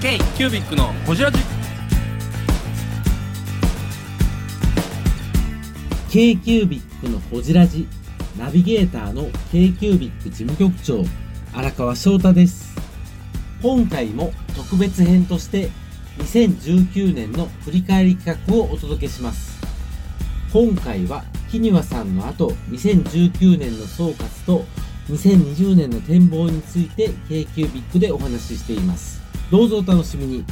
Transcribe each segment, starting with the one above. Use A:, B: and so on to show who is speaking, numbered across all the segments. A: K キュービックのホジラジ
B: k q b i c のほじラジナビゲーターの k q b i c 事務局長荒川翔太です今回も特別編として2019年の振り返り企画をお届けします今回は木庭さんの後2019年の総括と2020年の展望について k q b i c でお話ししていますどうぞお楽しみに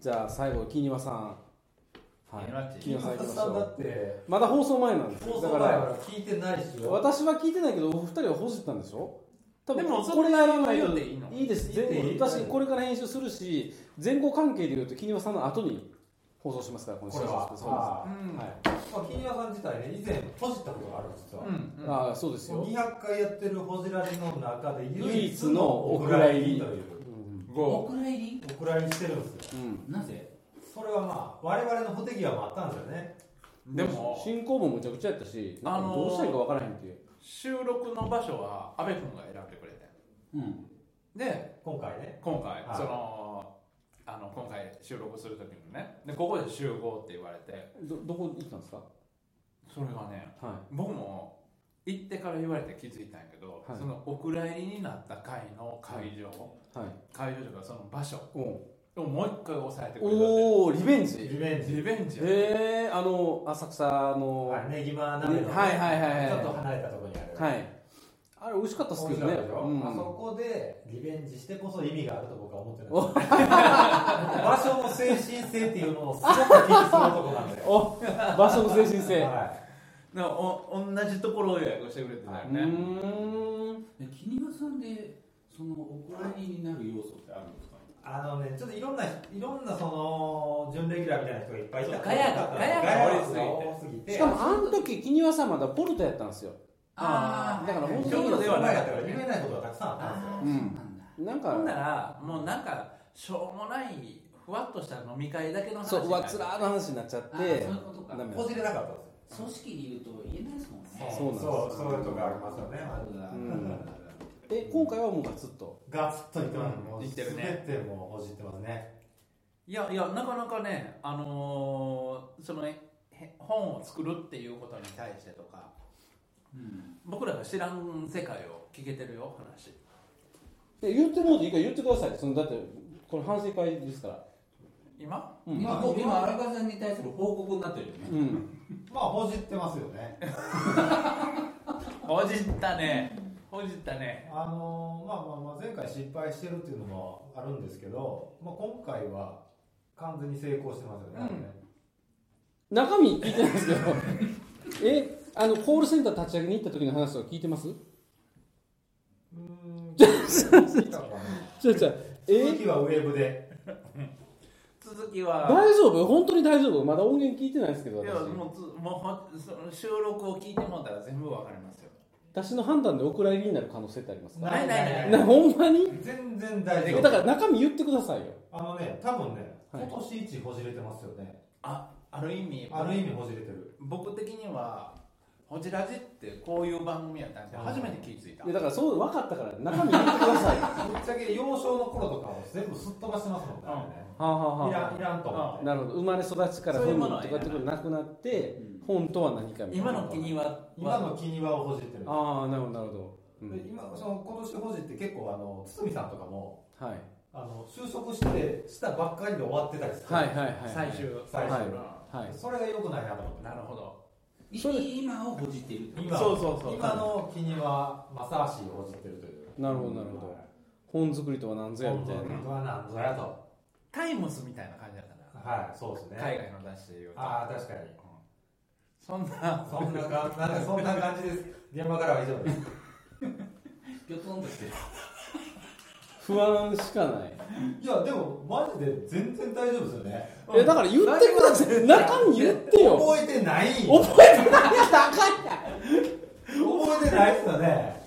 B: じゃあ最後木庭さんはい木庭さん
C: 田さんだって
B: まだ放送前なんですよ
C: 放
B: だ
C: 送
B: か
C: 前からら聞いてないですよ
B: 私は聞いてないけどお二人はほじったんでしょ多分
C: でもそ
B: これ
C: んな
B: やらない
C: 言う
B: と
C: ていいの
B: いいです
C: 言っていい
B: 全部私これから編集するし前後関係でいうと木庭さんの後に放送しますからこの
C: これ
B: そうう
C: は
B: です
C: ん
B: は
C: ま
B: い
C: あ金谷さん自体ね以前閉じたことがあるんですよ
B: ああそうですよ
C: 200回やってるホジラジの中で
B: 唯
C: 唯
B: 一
C: 一
B: の
C: の
B: お
C: お
B: 蔵
C: 蔵
B: 入
C: 入
B: り
C: りという
D: お蔵入り
C: お蔵入りしてるんですよ
B: うん
D: なぜ
C: それはまあ我々の不手際もあったんですよね
E: でも
B: 進行もむちゃくちゃやったしなんかどうしたらいいかわからへんっていう
E: 収録の場所は阿部君が選んでくれて
D: うん
E: で
C: 今回ね
E: 今回、
C: はい
E: そのあの今回収録する時にねでここで集合って言われて
B: どどこ行ったんですか
E: それがね
B: はい
E: 僕も行ってから言われて気づいたんやけど、
B: はい
E: そのお蔵入りになった回の会場、
B: はい
E: 会場というかその場所
B: お
E: をもう一回押さえてくれたんで
B: おーリベン
C: リ
B: ジ
C: ベンジ
E: リベンジやね
B: えー、あの浅草の
C: は
B: はい
C: ねぎま鍋のね
B: はいはいはいはい
C: ちょっと離れたところにある
B: い、あれ美味しかったっすけどね
C: 面白いでしょ
B: うん
C: あそこでリベンジしてこそ意味があると僕は思ってない 場所の精神性っていうのをすごく気にするとこなん だよ
B: お場所の精神性
C: は
E: なお同じところを予約してくれてたよ
B: う
E: ね、
B: ーん
D: で木庭さんでそのお蔵入りになる要素ってあるんですか
C: いあのねちょっといろんないろんなその準レギュラーみたいな人がいっぱいいた
D: そうガヤがガヤが
C: 多すぎて
B: しかもあの時木庭さんまだポルトやったんですよ
E: あ
D: ー
B: だから本
C: ち
B: 当
C: ょっ
B: に
C: とではなかったから見えないことがたくさんあったんですよ
D: あー
B: う
D: そうんなんだ
B: なん
E: ほんな
B: から
E: もうなんかしょうもないふわっとした飲み会だけの話
B: そううわ
E: になる
B: つらーの話になっちゃっ
D: あそう
B: て
D: いうことか
B: ダメ
C: こじれなかったんですよ
D: 組織にいると言えないですもんね
B: そうなんですよ
C: そうそういうとこありますよね
D: そうだ
B: うんで今回はもうガツッと
C: ガツッといってます
E: うん
C: もう
E: いってるね
C: 全てもうほじってますね
E: いやいやなかなかねあのーそのえへ本を作るっていうことに対してとか
D: うん
E: 僕らが知らん世界を聞けてるよ話
B: で言ってもうていいから言ってくださいそのだってこれ反省会ですから
E: 今
B: うん
D: 今こう今荒川さんに対する報告になってるよね
B: うん
C: まあほじってますよね
E: ほじったねほじったね
C: あのーまあまあまあ前回失敗してるっていうのもあるんですけど、まあ、今回は完全に成功してますよね、
E: うん
C: あのね
B: 中身聞いてないんですけどえあのコールセンター立ち上げに行った時の話とか聞いてます
C: うーん
B: ちょちょ
C: 続
B: え
C: きはウェブで
E: 続きは
B: 大丈夫本当に大丈夫まだ音源聞いてないですけど
E: いや
B: 私
E: もうつもうほその収録を聞いてもらったら全部わかりますよ
B: 私の判断でお蔵入りになる可能性ってありますか
E: ないないない
B: なほんまに
C: 全然大丈
B: だ
C: 夫
B: から中身言ってくださいよ
C: あのね多分ね
B: はい
C: 今年一ほじれてますよね、
E: あある意味
C: ある意味ほじれてる
E: 僕的にはほじらじってこういう番組やったんで初めて気づいた
B: いやだからそう分かったから中 身言ってくださいよは
C: ぶっちゃけ幼少の頃とかを全部すっ飛ばしてますもんねあれね、
B: あはあ
C: い
B: は
C: らんいらんと思っ
B: あ
C: て
B: なるほど生まれ育ちから
E: そうい
B: 本
E: うも
B: と
E: の
B: かっ
E: は
B: て
E: い
B: こ
E: らない
B: となくなって
D: うん
B: 本とは何かみたいな
E: 今の気には
C: 今の気にはをほじってる
B: ああなるほどなるほど、う
C: で
B: ん
C: 今その今年ほじって結構あの堤さんとかも
B: はい、
C: あの就職してしたばっかりで終わってたりする、
B: はいはいはいはい
E: 最終
C: 最終
B: はい
C: それが良くないなと思って
E: なるほど
B: それ
D: 今をほじっているってこと
C: 今
E: そうそうそう
C: 今の気には正しいをほじってるという
B: なるほどなるほど本作りとは何ぞやみたいな
C: 本当はなんぞやと
E: タイムスみたいな感じだった
C: はいそうですね
E: な、海外の雑誌で言うと
C: ああ確かに
E: そんな
C: そんな感じなんかそんな感じ です現場からは以上です
D: ぴょとんとしてる
B: 不安しかない
C: いやでもマジで全然大丈夫ですよね
B: いやだから言ってください中身言ってよ
C: 覚えてない覚
B: 覚えてないやつあかんやん
C: えてないですよね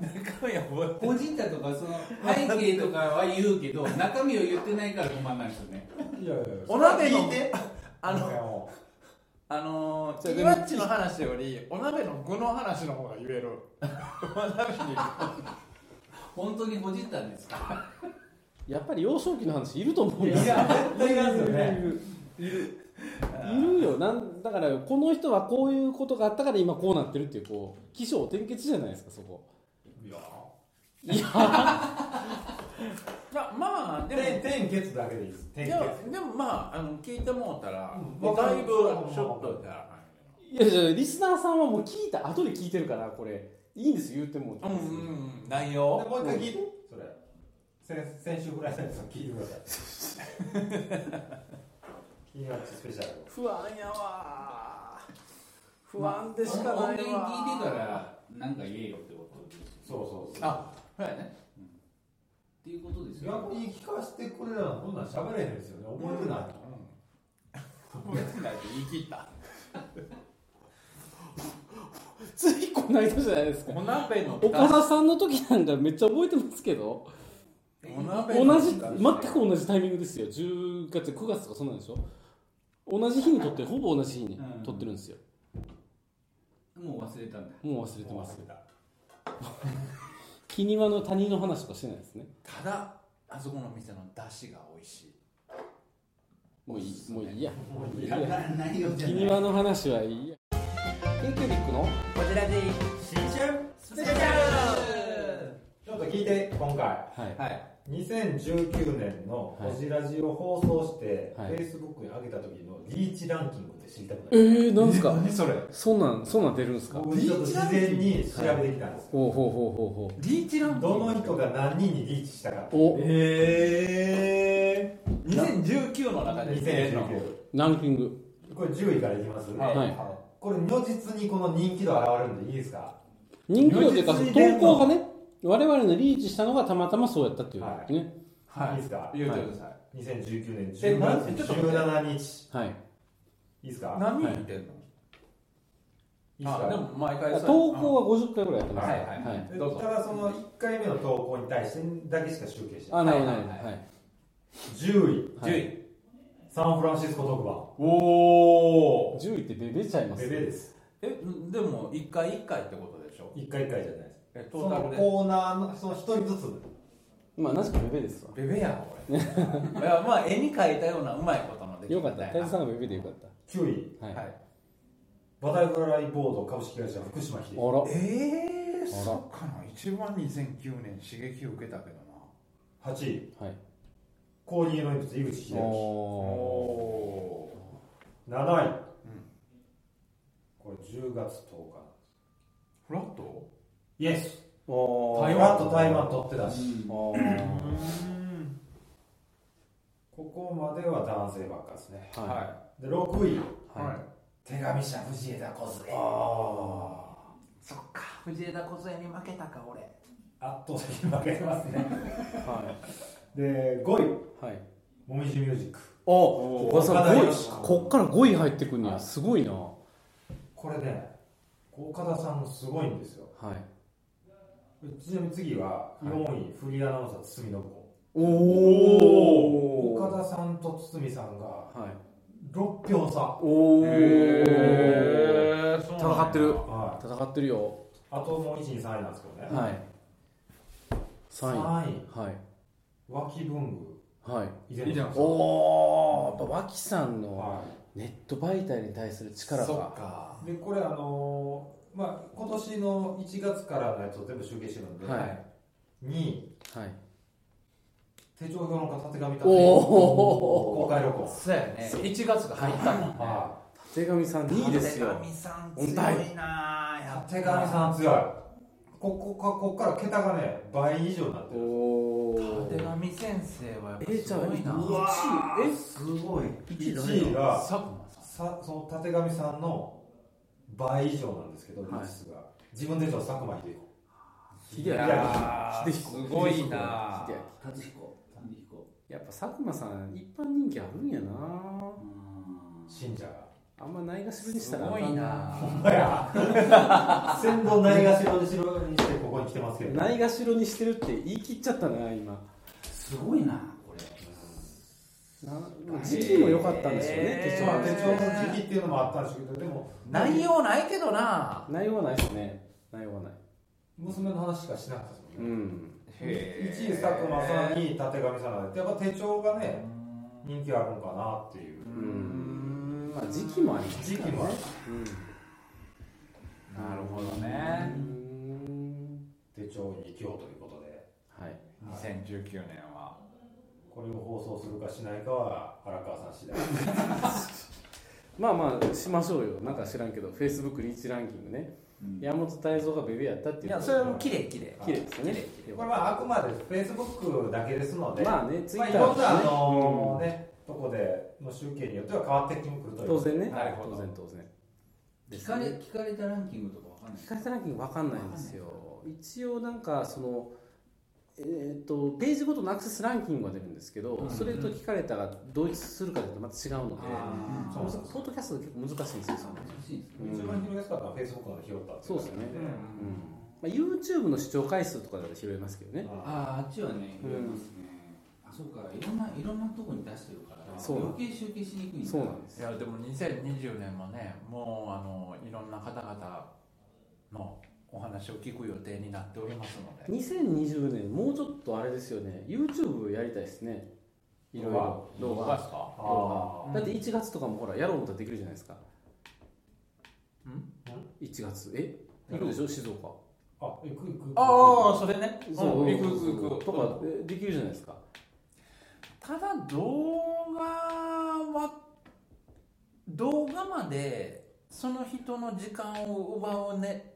E: 中身覚
D: 個人だとかその背景とかは言うけど中身を言ってないから困らないですよね
C: いやいや
E: お鍋の
C: 聞いて
E: あの
C: の
E: あの
F: の
B: じゃあ
F: イ
B: でも
F: ワッチの話よりお鍋の具の話の方が言えるお鍋に
E: 本当にほじったんですか
B: やっぱり幼少期の話いると思うんですよ
F: 対いますよね
B: いるいるいるよなんだからこの人はこういうことがあったから今こうなってるっていうこう起承転結じゃないですかそこ
E: いやいやまあでも
C: 天天結だけでいいです天
E: い
C: 結
E: やでもまああの聞いてもうたら、
C: うん
E: もうだいぶち
C: わかる
E: ょっとだ
B: いやいやリスナーさんはもう聞いた後で聞いてるからこれいいんですよ言っても
E: うんうん内
C: で
E: 容
C: もう一回聞いてそれ先先週ぐらいのやつを聞いてください 金曜日スペシャル
B: 不安やわ不
E: まあ
B: 安でしかないわ、
E: 音源聞いてからなんか言えよってことです
C: そうそうそう
E: あそうやね、っていうことですよ
C: 逆に聞かせてくれなこんなん喋れへんですよね覚えてない、
E: うん覚えてないって言い切った
B: ついこの間じゃないですか
E: お鍋の
B: 岡田さんの時なんかめっちゃ覚えてますけど
E: お鍋の
B: 同じ全く同じタイミングですよ10月9月とかそんなんでしょ同じ日に撮ってほぼ同じ日に撮ってるんですよ、
E: もう忘れたんだ
B: もう忘れてます 気にわの他人の話とかしてないですね
E: ただあそこの店の出汁が美味しい
B: もういいもういいや
C: もういい
E: いや内容じゃ
B: 気
E: な
B: に
E: い
B: わの話はいいや k q b ックの
E: こちらで
C: 新春
E: スペシャル
C: ちょっと聞いて今回
B: はい
E: はい
C: 2019年の「
B: はい
C: ホジラジ」を放送して、
B: はい
C: Facebook に上げた時のリーチランキングって知りたく
B: え
C: ない、
B: ー、なん ですか
F: それ
B: そんなんそんなん出るんですか
C: 僕ちょっと事前に調べてきたんです、
B: ほうほうほうほう
E: リーチランキング
C: どの人が何人にリーチしたか
B: ほう
F: え
E: 2019の中で
C: 2019
B: おランキング
C: これ10位からいきます、
B: い
C: これ如実にこの人気度現れるんでいいですか
B: 人気度というか
C: 如実に出る
B: 投
C: の
B: 稿がね我々のリーチしたのがたまたまそうやったっていうね、、
C: はい
E: はい
C: いですか
E: 言うてください
C: 2019年
E: え
C: 10
E: なん
C: 月
E: ちょっと待って
C: 17日
B: はい
C: いいですか
E: 何人見てん
C: いい
E: の
C: です
E: あでも
C: か
E: 毎回そう
B: 投
E: や
B: 稿は50回ぐらいやってます、
E: はいはいはい
C: で
E: どうぞ
C: ただその1回目の投稿に対してだけしか集計してない
B: あなるほどな
E: は
B: る
E: い
B: ほ
E: はい
B: どはい
C: 10位
B: はい
E: 10位
C: サンフランシスコ特番
F: おお
B: 10位ってベベちゃいます
C: ベベです
E: えでも一回一回ってことでしょ
C: 1回1回じゃないです
E: えト
C: そ
E: ータ
C: の
E: ルで
C: コーナーのその1人ずつ
B: まあなぜかベベですわ
E: ベベや 俺いやまあ絵に描いたようなうまいことのでき
B: よかった
E: みい
B: 太
E: な
B: 蔵さんがベベでよかった
C: 9位
B: はい、
E: はい
C: バタフライボード株式会社福島秀樹
B: あ
E: ええー、
B: あら
E: そっかな一番2009年刺激を受けたけどな
C: 8位
B: らはい
C: コーニーの鉛筆井口秀
B: お
C: 明
B: お
C: 7位、これ10月10日
E: フラット
C: イエス
B: ーお
C: 台湾と台湾取ってたし、
B: おー
C: ここまでは男性ばっかですね
B: はい
C: で6位
B: はい、
C: 手紙者藤枝小杉
E: そっか藤枝梢に負けたか俺
C: 圧倒的に負けてますね
B: は
C: で5位
B: いはい
C: もみじミュージック
B: おおさん
C: 岡田
B: 5
C: 洋子
B: 位こっから5位入ってくんねやすごいなは
C: これね岡田さんのすごいんですよ
B: い
C: ちなみに次は4位、フリーアナウンサー堤信子
B: おお
C: 岡田さんと堤さんが
B: はい
C: 6票差
B: おお
E: ーそうなんや
B: 戦ってる
C: は
B: 戦ってるよ
C: いあともう1位3位なんですけどね、
B: はい3位
C: 3
B: はい
C: 脇文具
B: はい
C: 以前の
B: おおやっぱ脇さんの
C: は
B: ネット媒体に対する力
E: そっ
B: が
E: か
C: いでこれあのーまあ今年の1月からのやつを全部集計してるんで、
B: はい
C: 2位
B: はい
C: 手帳評論家立上達
B: お
C: 公開旅行
E: そうやね1月が入ったもんね
C: は
B: 手紙さん2位ですよ
E: 手紙さん
B: 本
E: 強
B: 体
E: いなぁやっ
C: い
E: ぱ
C: 手紙さん強いここかここから桁がね倍以上になって
B: お
C: る
B: お
E: 手紙先生はやっぱ
B: えじ
E: す
B: ゃあ
E: ごいな
B: うわ
E: 1位えすごい
C: 1位が
E: 佐久間さん
C: さその立上さんの倍以上なんですけど、
B: はい
C: 率が自分で言うと佐久間秀子
B: 秀明
E: いやー
B: 秀彦
E: すごいな
B: 秀
F: 達彦達彦
B: 明やっぱ佐久間さん一般人気あるんやな
C: 信者が
B: あんまないがしろにし
E: す
B: たらあ
E: ご
B: かん
E: いなぁ
C: 先導ないがしろにしろにしてここに来てますけど
B: ないがしろにしてるって言い切っちゃったな今
F: すごいなこれ
B: な時期も良かったんですよね、
E: へー
B: 手
C: まあ
B: 帳
C: 手帳の時期っていうのもあったんですけどでも
E: 内容ないけどな
B: 内容はないですね内容はない
C: 娘の話しかしなかったですもんね
B: うん
E: へ
C: 1位佐久間さん2位たてがみさんなんでやっぱ手帳がね人気あるんかなっていう
B: うんまあ時期もあります
C: 時
B: から
C: 期もある
B: うん
E: なるほどね
B: うん
C: 手帳に生きようということで
B: はい
E: 2019年は
C: これを放送するかしないかは荒川さん次第
B: まあまあしましょうよなんか知らんけど Facebook リーチランキングね、山本泰造がベビーやったっていう
E: い
B: い
E: やそれも綺麗綺麗
B: 綺麗ですよね
E: 綺麗
B: よ
C: こ
B: か
C: れ
B: っ
C: はあくまでフェイスブックだけですの
B: た
C: で、まあ、
B: まあねツイッ
C: い
B: タ
C: ろんな、あ
B: ー
C: のね、とこでの集計によっては変わってきてくるという
B: 当然ね、
E: なるほ
B: 当
E: ど
B: 然当然
D: 聞かれ聞かれたランキングとかわかんない
B: 聞かれたランキングわかんないんですよ一応なんかそのえーっとページごとのアクセスランキングが出るんですけど、それと聞かれたが同一するかというとまた違うので、
E: あ
C: そうそう
B: ポッドキャストで結構難しいんですよその
D: 難しいんですね
C: 一番広げやすかったのはフェイスブックの拾ったってい
B: そうですね
C: う
B: うんまあ、YouTube の視聴回数とかだと拾えますけどね
C: のがあって
D: あああっちはね言えますね、あそうかいろんないろんなとこに出してるから
B: そうなん
D: 余計集計しにくいんだ
B: そうなんです
E: いやでも2020年もねもうあのいろんな方々のお話を聞く予定になっておりますので
B: 2020年もうちょっとあれですよね YouTube やりたいですねいろいろ動
E: どう
B: 画
E: ですか
C: あ
E: ー
B: だって1月とかもほらやろうと思ったらできるじゃないですか
E: ん
B: 1月え行くでしょ静岡
C: あ、行く行く。
E: ああそれねうん行く行く行く
B: とかえできるじゃないですか
E: ただ動画は動画までその人の時間を奪うね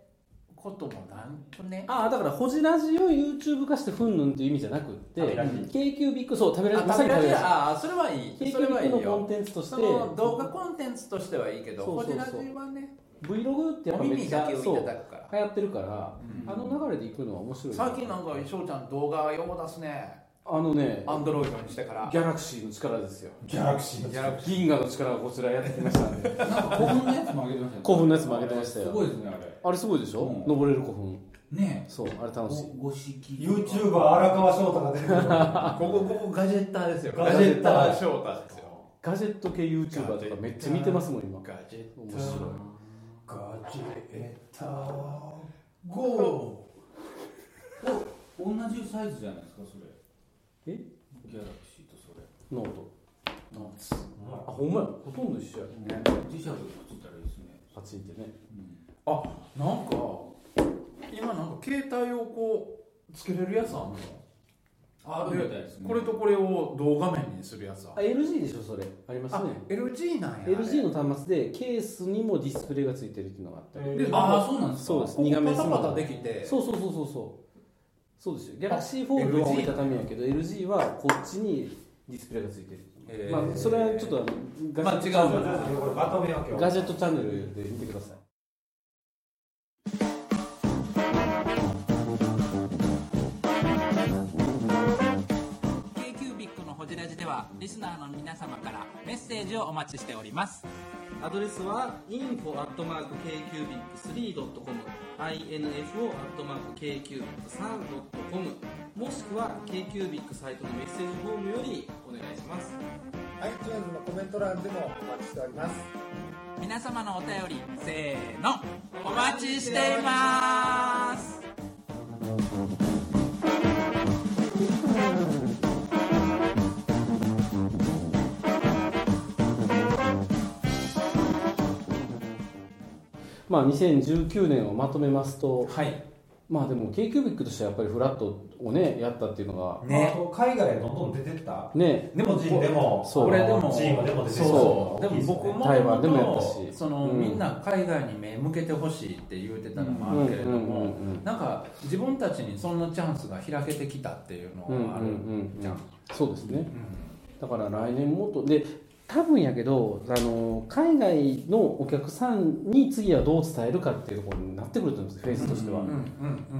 E: こともなんとね
B: ああだからホジラジを YouTube 化してふんぬんっていう意味じゃなくって
C: 食べラジ
B: k q ビッグそう食べラジ
E: 食べられる
B: ジ
E: ああそれはいい
B: k
E: そ
B: q
E: れ
B: ビ
E: はい
B: ッ
E: い
B: グのコン
E: よ
B: テンツとして
E: その動画コンテンツとしてはいいけど
B: そ
E: こ
B: うそうそ
E: ち
B: う
E: らじはね
B: Vlog ってやっ
E: お
B: ぱめ
E: 耳
B: っち
E: だ
B: ゃ
E: けを
B: そ
E: いた
B: う
E: だくから
B: 流行ってるから、
E: うん
B: あの流れで行くのは面白いです
E: 最近なんか翔ちゃん動画よう出すね
B: あのね
E: アンドロイドにしてから
B: ギャラクシーの力ですよ
C: ギャラクシーの力。
B: 銀河の力がこちらやってきましたんで
D: なんか古墳のやつも上げてましたよね
B: 古墳のやつも上げてましたよ
D: すごいですねあれ
B: あれすごいでしょ、
D: うん
B: 登れる古墳
D: ね
B: そうあれ
D: え
B: 楽しい
D: ごご式
C: YouTuber 荒川翔太が出てくる。
E: こ こここガジェッターですよ
C: ガジェッター
E: 翔太ですよ
B: ガジェット系 YouTuber とかめっちゃ見てますもん今
E: ガジェッ
B: 面白い
C: ガジェッタ
D: ゴーお同じサイズじゃないですかそれ
B: え
D: ギャラクシーとそれ
B: ノート
D: ノーツ
B: あほんまやほとんど一緒や
D: 磁石がついたらいいですね
B: パチンってね
E: あなんか今なんか携帯をこうつけれるやつあんの
D: あるみたいですね
E: これとこれを同画面にするやつは
B: あ LG でしょそれあります
E: あ
B: ね
E: LG なんや
B: LG の端末でケースにもディスプレイがついてるっていうのがあったり
E: で
D: ああそうなんですか
B: そうです
E: 2
B: 二
E: 画
B: 画
E: 面
B: 面
E: パタ
B: スマ
E: パ
B: ホ
E: タできて
B: そうそうそうそうそうそうですよギャラクシーフォールドは折りたたみやけど LG はこっちにディスプレイがついてる、
E: へー
B: まあそれはちょっとあのガジェット、
E: まあ違う
C: ー。これまとめよう今日。
B: ガジェットチャンネルで見てください
G: ケイキュービックのホジラジではリスナーの皆様からメッセージをお待ちしております。
H: アドレスは info.kcubic3.com info.kcubic3.com もしくは KQBIC サイトのメッセージフォームよりお願いします
C: はい、チューズのコメント欄でもお待ちしております。
G: 皆様のお便り、せーの、お待ちしています。
B: まあ2019年をまとめますと
E: はい
B: まあでも k q b i c としてはやっぱりフラットをねやったっていうのが
C: ね。あと海外へどんどん出てった。
B: ね
C: でもジンでも、
B: そう
E: 俺でも
C: チームでも出てきた
E: そうでも僕も
B: 台湾でもやったし
E: その、
B: うん
E: みんな海外に目向けてほしいって言うてたのもあるけれども、
B: うんうんうんうん
E: なんか自分たちにそんなチャンスが開けてきたっていうの
B: うんうん
E: はある
B: うん
E: じゃん、
B: そうですねだから来年もっとで多分やけどあの海外のお客さんに次はどう伝えるかっていうところになってくると思うんですフェイスとしては、
E: うんうんう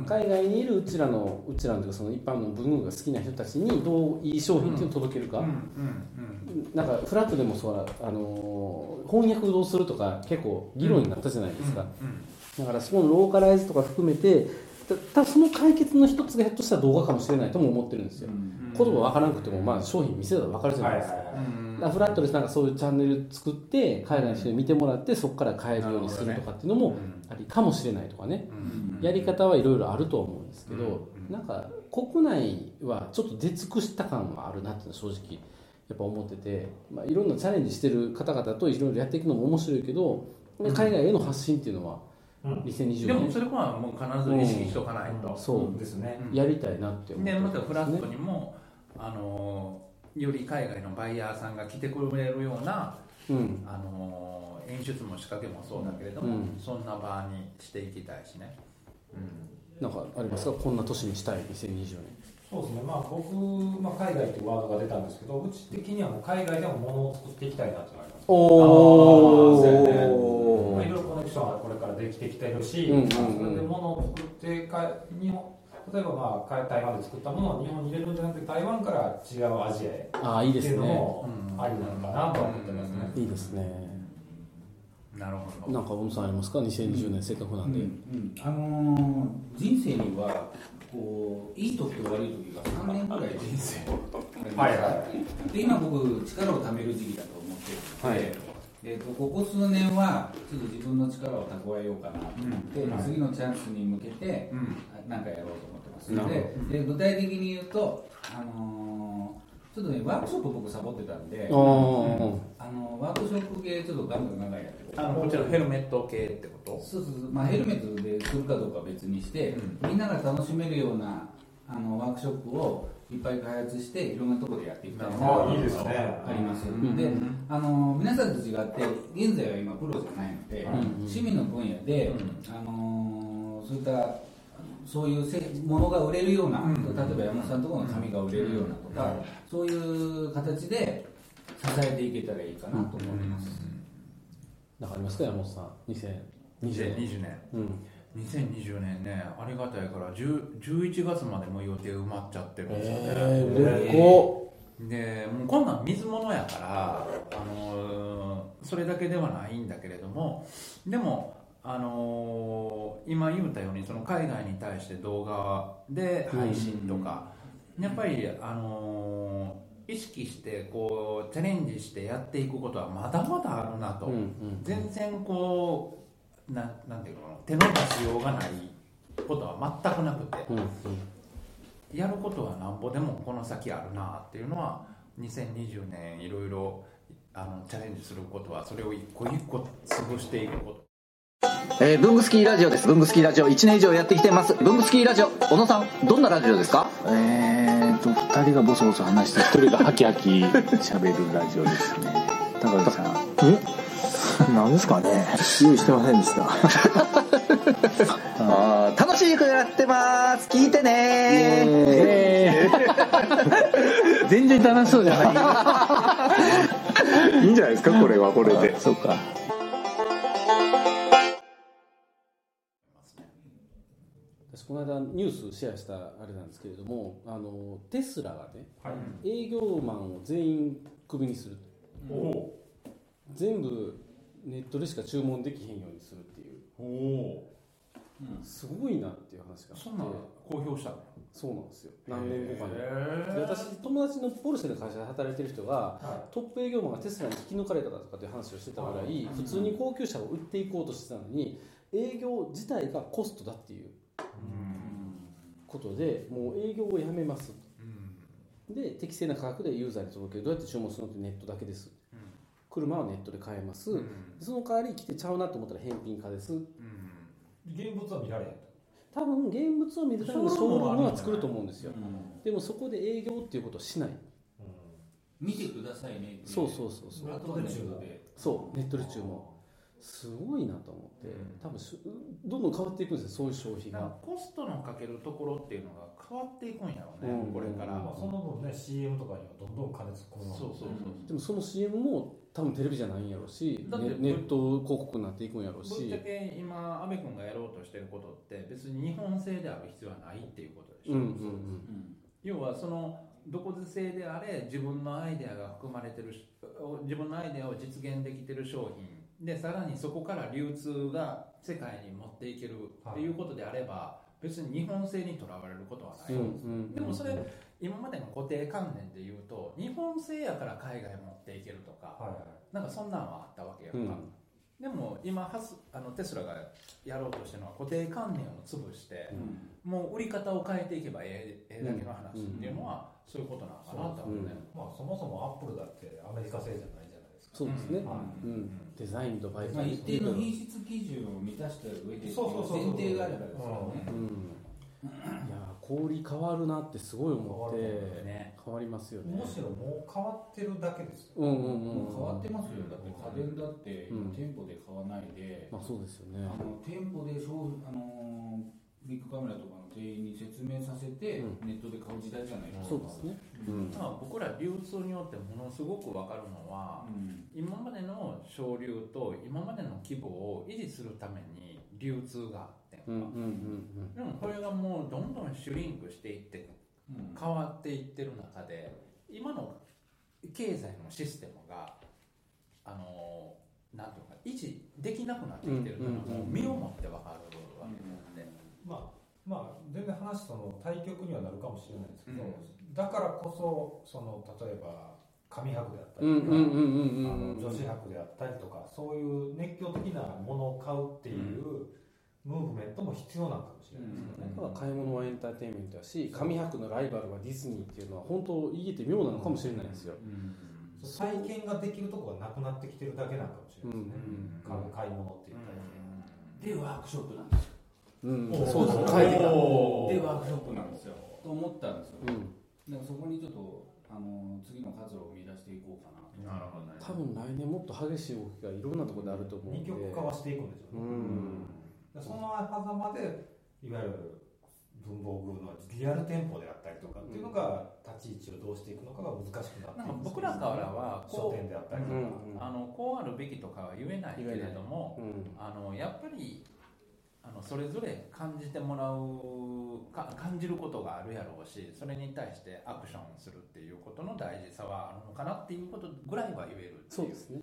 E: ん
B: 海外にいるうちらのうちらのというかその一般の文具が好きな人たちにどういい商品っていうのを届けるか、
E: うんうん
B: なんかフラットでもそうだあのー翻訳をどうするとか結構議論になったじゃないですか、
E: うんうん
B: だからそこのローカライズとか含めてだただその解決の一つがひょっとしたら動画かもしれないとも思ってるんですよ、言葉分からなくても、まあ、商品見せたら分かるじゃないですか、だからフラットレスなんかそういうチャンネル作って海外の人に見てもらってそこから買えるようにするとかっていうのもありかもしれないとかねやり方はいろいろあるとは思うんですけどなんか国内はちょっと出尽くした感はあるなっていうのは正直やっぱ思っててまあいろんなチャレンジしてる方々といろいろやっていくのも面白いけど海外への発信っていうのは
C: うん
B: 2020
E: でも
B: 年
E: それはもう必ず意識しておかないと、
B: そう
C: ですね
B: やりたいなって思って
E: でま
B: ます
E: た
B: ね
E: フラットにも、あのより海外のバイヤーさんが来てくれるような、
B: うん
E: あの演出も仕掛けもそうだけれども、
B: うん
E: そんな場にしていきたいしね、
B: なんかありますかこんな年にしたい2020年
C: そうですね、まあ、僕、まあ、海外っていうワードが出たんですけど、うち的にはもう海外でも物を作っていきたいなとなります。
B: お
C: あーそうやね
B: お
C: まあいろいろコネクションがこれからできてきてるし、
B: うんうんうん
C: まあそれで物を作ってか日本例えば、まあ、台湾で作ったものを日本に入れるんじゃなくて台湾から違うアジアへ
B: ああいい
C: っ
B: で
C: て
B: す
C: いうの
B: ね
C: もありなのかなとは思ってますね。
B: いいですね
E: なるほど
B: なんか小野さんありますか2020年せっかくなんで、
D: うんあのー人生にはこういい時と悪い時が3年くらい人生
C: はいはい
D: で今僕力を貯める時期だと思って
B: は
D: るの
B: い
D: で、えーとここ数年はちょっと自分の力を蓄えようかなと思って、次のチャンスに向けて何かやろうと思ってますので,、で具体的に言うと、あのーちょっとねワークショップ僕サボってたんで、
B: あー
D: あのワークショップ系ちょっとガンガンガンガンやっていこう
E: あのこちらヘルメット系ってこ
D: そうそうそう、まあ、ヘルメットでするかどうかは別にして、みんなが楽しめるようなあのワークショップをいっぱい開発していろんなところでやっていきたいな
C: あいいですね
D: あります、であの皆さんと違って現在は今プロじゃないので、趣味の分野で、あのそういったそういうせものが売れるような、例えば山本さんのところの紙が売れるようなとか、そういう形で支えていけたらいいかなと思います、
B: なんかありますか山本さん2020
E: と
B: 年
E: 2020年
B: うん
E: 2020年ねありがたいから10 11月までもう予定埋まっちゃってるんですよね、
B: えー、売れっ子
E: でもうこんなん水物やから、あのーそれだけではないんだけれどもでも、あのー今言ったようにその海外に対して動画で配信とか、やっぱり、あのー意識してこうチャレンジしてやっていくことはまだまだあるなと、
B: うんうん
E: 全然こうななんていうのかな手の出しようがないことは全くなくて。
B: うんうん
E: やることはなんぼでもこの先あるなっていうのは2020年いろいろあのチャレンジすることはそれを一個一個潰していくこと
I: えー、ブングスキーラジオです。ブングスキーラジオ1年以上やってきてます。ブングスキーラジオ、小野さん、どんなラジオですかえーと、二人がボソボソ話して、一人がハキハキ喋るラジオですね。高木さん。えなんですかね用意してませんで した。あー楽しい曲やってます。聞いてね
B: 全然楽しそうじゃない
J: いいんじゃないですかこれはこれで
I: そうか。
B: 私この間ニュースシェアしたあれなんですけれどもあのテスラがね、営業マンを全員クビにする全部ネットでしか注文できへんようにするっていう
E: おお
B: すごいなっていう話があって
E: そんなん公表したの
B: そうなんですよ何年後かにで私友達のポルシェの会社で働いてる人が、トップ営業マンがテスラに引き抜かれたとかっていう話をしてたぐらい、普通に高級車を売っていこうとしてたのに営業自体がコストだっていうことでもう営業をやめますで適正な価格でユーザーに届けるどうやって注文するのってネットだけです、車はネットで買えます、その代わり来てちゃうなと思ったら返品化です
C: 現物は見られへん
B: 多分現物を見るためのショールームは作ると思うんですよ
D: うん
B: でもそこで営業っていうことをしない
D: 見てくださいね
B: そうそうそうそう
D: あとは中国で
B: そうネットで注文すごいなと思って多分しどんどん変わっていくんですよそういう消費
E: なん
B: が
E: かコストのかけるところっていうのが変わっていくんやろうね、
B: うん
E: これから、
C: まあ、その分ね CM とかにはどんどん金突っ込む
E: そうそうそう、
B: でもその CM も多分テレビじゃないんやろうし
E: だって
B: ねネット広告になっていくんやろう
E: ぶっちゃ
B: し
E: け今阿部君がやろうとしてることって別に日本製である必要はないっていうことでしょ、
B: うんうんうん
E: 要はそのどこ製であれ自分のアイデアが含まれてるし自分のアイデアを実現できてる商品でさらにそこから流通が世界に持っていけるっていうことであれば、別に日本製にとらわれることはない
B: うんうん
E: でもそれ今までの固定観念で言うと日本製やから海外持っていけるとか、なんかそんなんはあったわけやんか、
B: うん
E: でも今はすあのテスラがやろうとしてるのは固定観念を潰して、もう売り方を変えていけばええええだけの話っていうのは、そういうことなのかなとは思うね、
C: まあそもそもアップルだってアメリカ製じゃないじゃないですか
B: そうですね、
C: ん
B: うんデザインとバイ
D: まあ、一定の品質基準を満たした上で
C: そうそうそうそう
D: 前提があればですよね、
B: うん、いやー氷変わるなってすごい思って変わ,、りますよね
C: むしろもう変わってるだけですよ
B: うんうんうん
D: もう変わってますよだって家電だって
B: うん
D: 店舗で買わないで、
B: まあそうですよね
D: あの店舗で商品あのービッグカメラとかの店員に説明させて、ネットで買う時代じゃないですか、
B: そうですねうん
E: まあ、僕ら流通によってものすごく分かるのは、今までの省流と今までの規模を維持するために流通があってんか、
B: うんうんうん
E: でもこれがもうどんどんシュリンクしていって変わっていってる中で今の経済のシステムがあのなんていうか維持できなくなってきてるのがもう身をもって分かるわけなんで、
C: まあまあ全然話その対極にはなるかもしれないですけど、だからこそその例えば紙博であったりとか、
B: うんうんうんうんうんうん
C: あの女子博であったりとかそういう熱狂的なものを買うっていうムーブメントも必要なのかもしれないですよね、
B: ただ買い物はエンターテインメントやし紙博のライバルはディズニーっていうのは本当言えて妙なのかもしれないですよ、
C: そう体験ができるとこがなくなってきてるだけなのかもしれないですね、買う買い物っていう
D: で
C: 体
D: ワークショップなんですよ
B: うん
D: おー
B: そうです会議だ
D: おーでワークショップなんですよと思ったんですよ、だからそこにちょっとあのー次の活路を見出していこうかなと
B: 多分来年もっと激しい動きがいろんなところであると思うんで
C: 二極化はしていくんでしょうね
B: うん
C: 験その狭間でいわゆる文房具のリアル店舗であったりとかっていうのが立ち位置をどうしていくのかが難しくなって
E: ないん
C: く
E: か僕らからは
C: 書
E: こ
C: 店であったりと
E: う
C: か、
E: あのこうあるべきとかは言えないけれども、あのやっぱりあのそれぞれ感じてもらうか感じることがあるやろうしそれに対してアクションするっていうことの大事さはあるのかなっていうことぐらいは言えるって
B: そう
E: いう
B: ですね、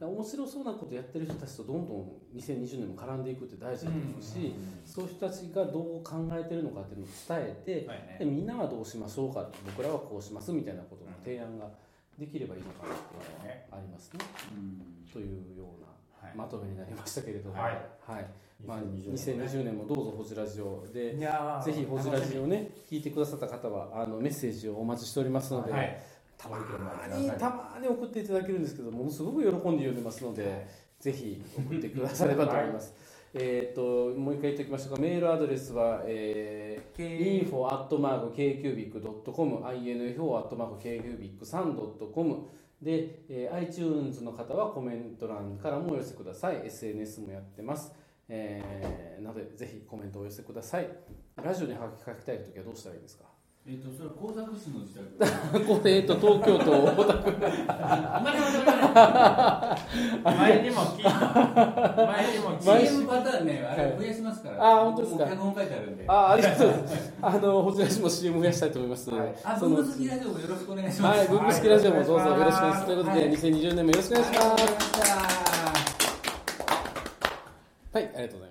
B: だから面白そうなことやってる人たちとどんどん2020年も絡んでいくって大事だと思うし、そういう人たちがどう考えてるのかっていうのを伝えて、でみんなはどうしましょうか僕らはこうしますみたいなことの提案ができればいいのかなっていうのはありますね。というようなまとめになりましたけれども、
C: はい
B: まあ、
C: 2020
B: 2020年もどうぞホジラジオで
E: いやー
B: ぜひホジラジオをね聞いてくださった方はあのメッセージをお待ちしておりますので。
C: はい
B: たまにたまに送っていただけるんですけどものすごく喜んで読んでますので、ぜひ送ってくださればと思い ます、えーっともう一回言っておきましょうかメールアドレスは、えー、info.kcubic.com info.kcubic3.com で、えー iTunes の方はコメント欄からもお寄せください SNS もやってますえーなのでぜひコメントをお寄せくださいラジオにハガキ書きたい時はどうしたらいいですか
D: えっ、とそれ工作室の自宅
B: これ、えっと、東京都大田区。
D: 前にも聞いた前にも聞いた
B: 前
D: CM パターンねあれ増やしますから
B: あー、本当ですか。
D: もう脚本書いてあるんで
B: あー、ありがとうございます。あの、こちらにも CM 増やしたいと思います。
D: あ
B: そ
D: ブ
B: の
D: ングスキーラジオもよろしくお願いします
B: はい、ブングスキラジオもどうぞよろしくお願いします。ということで、
D: はい
B: 2020年もよろしくお願いします。はい、ありがとうございます。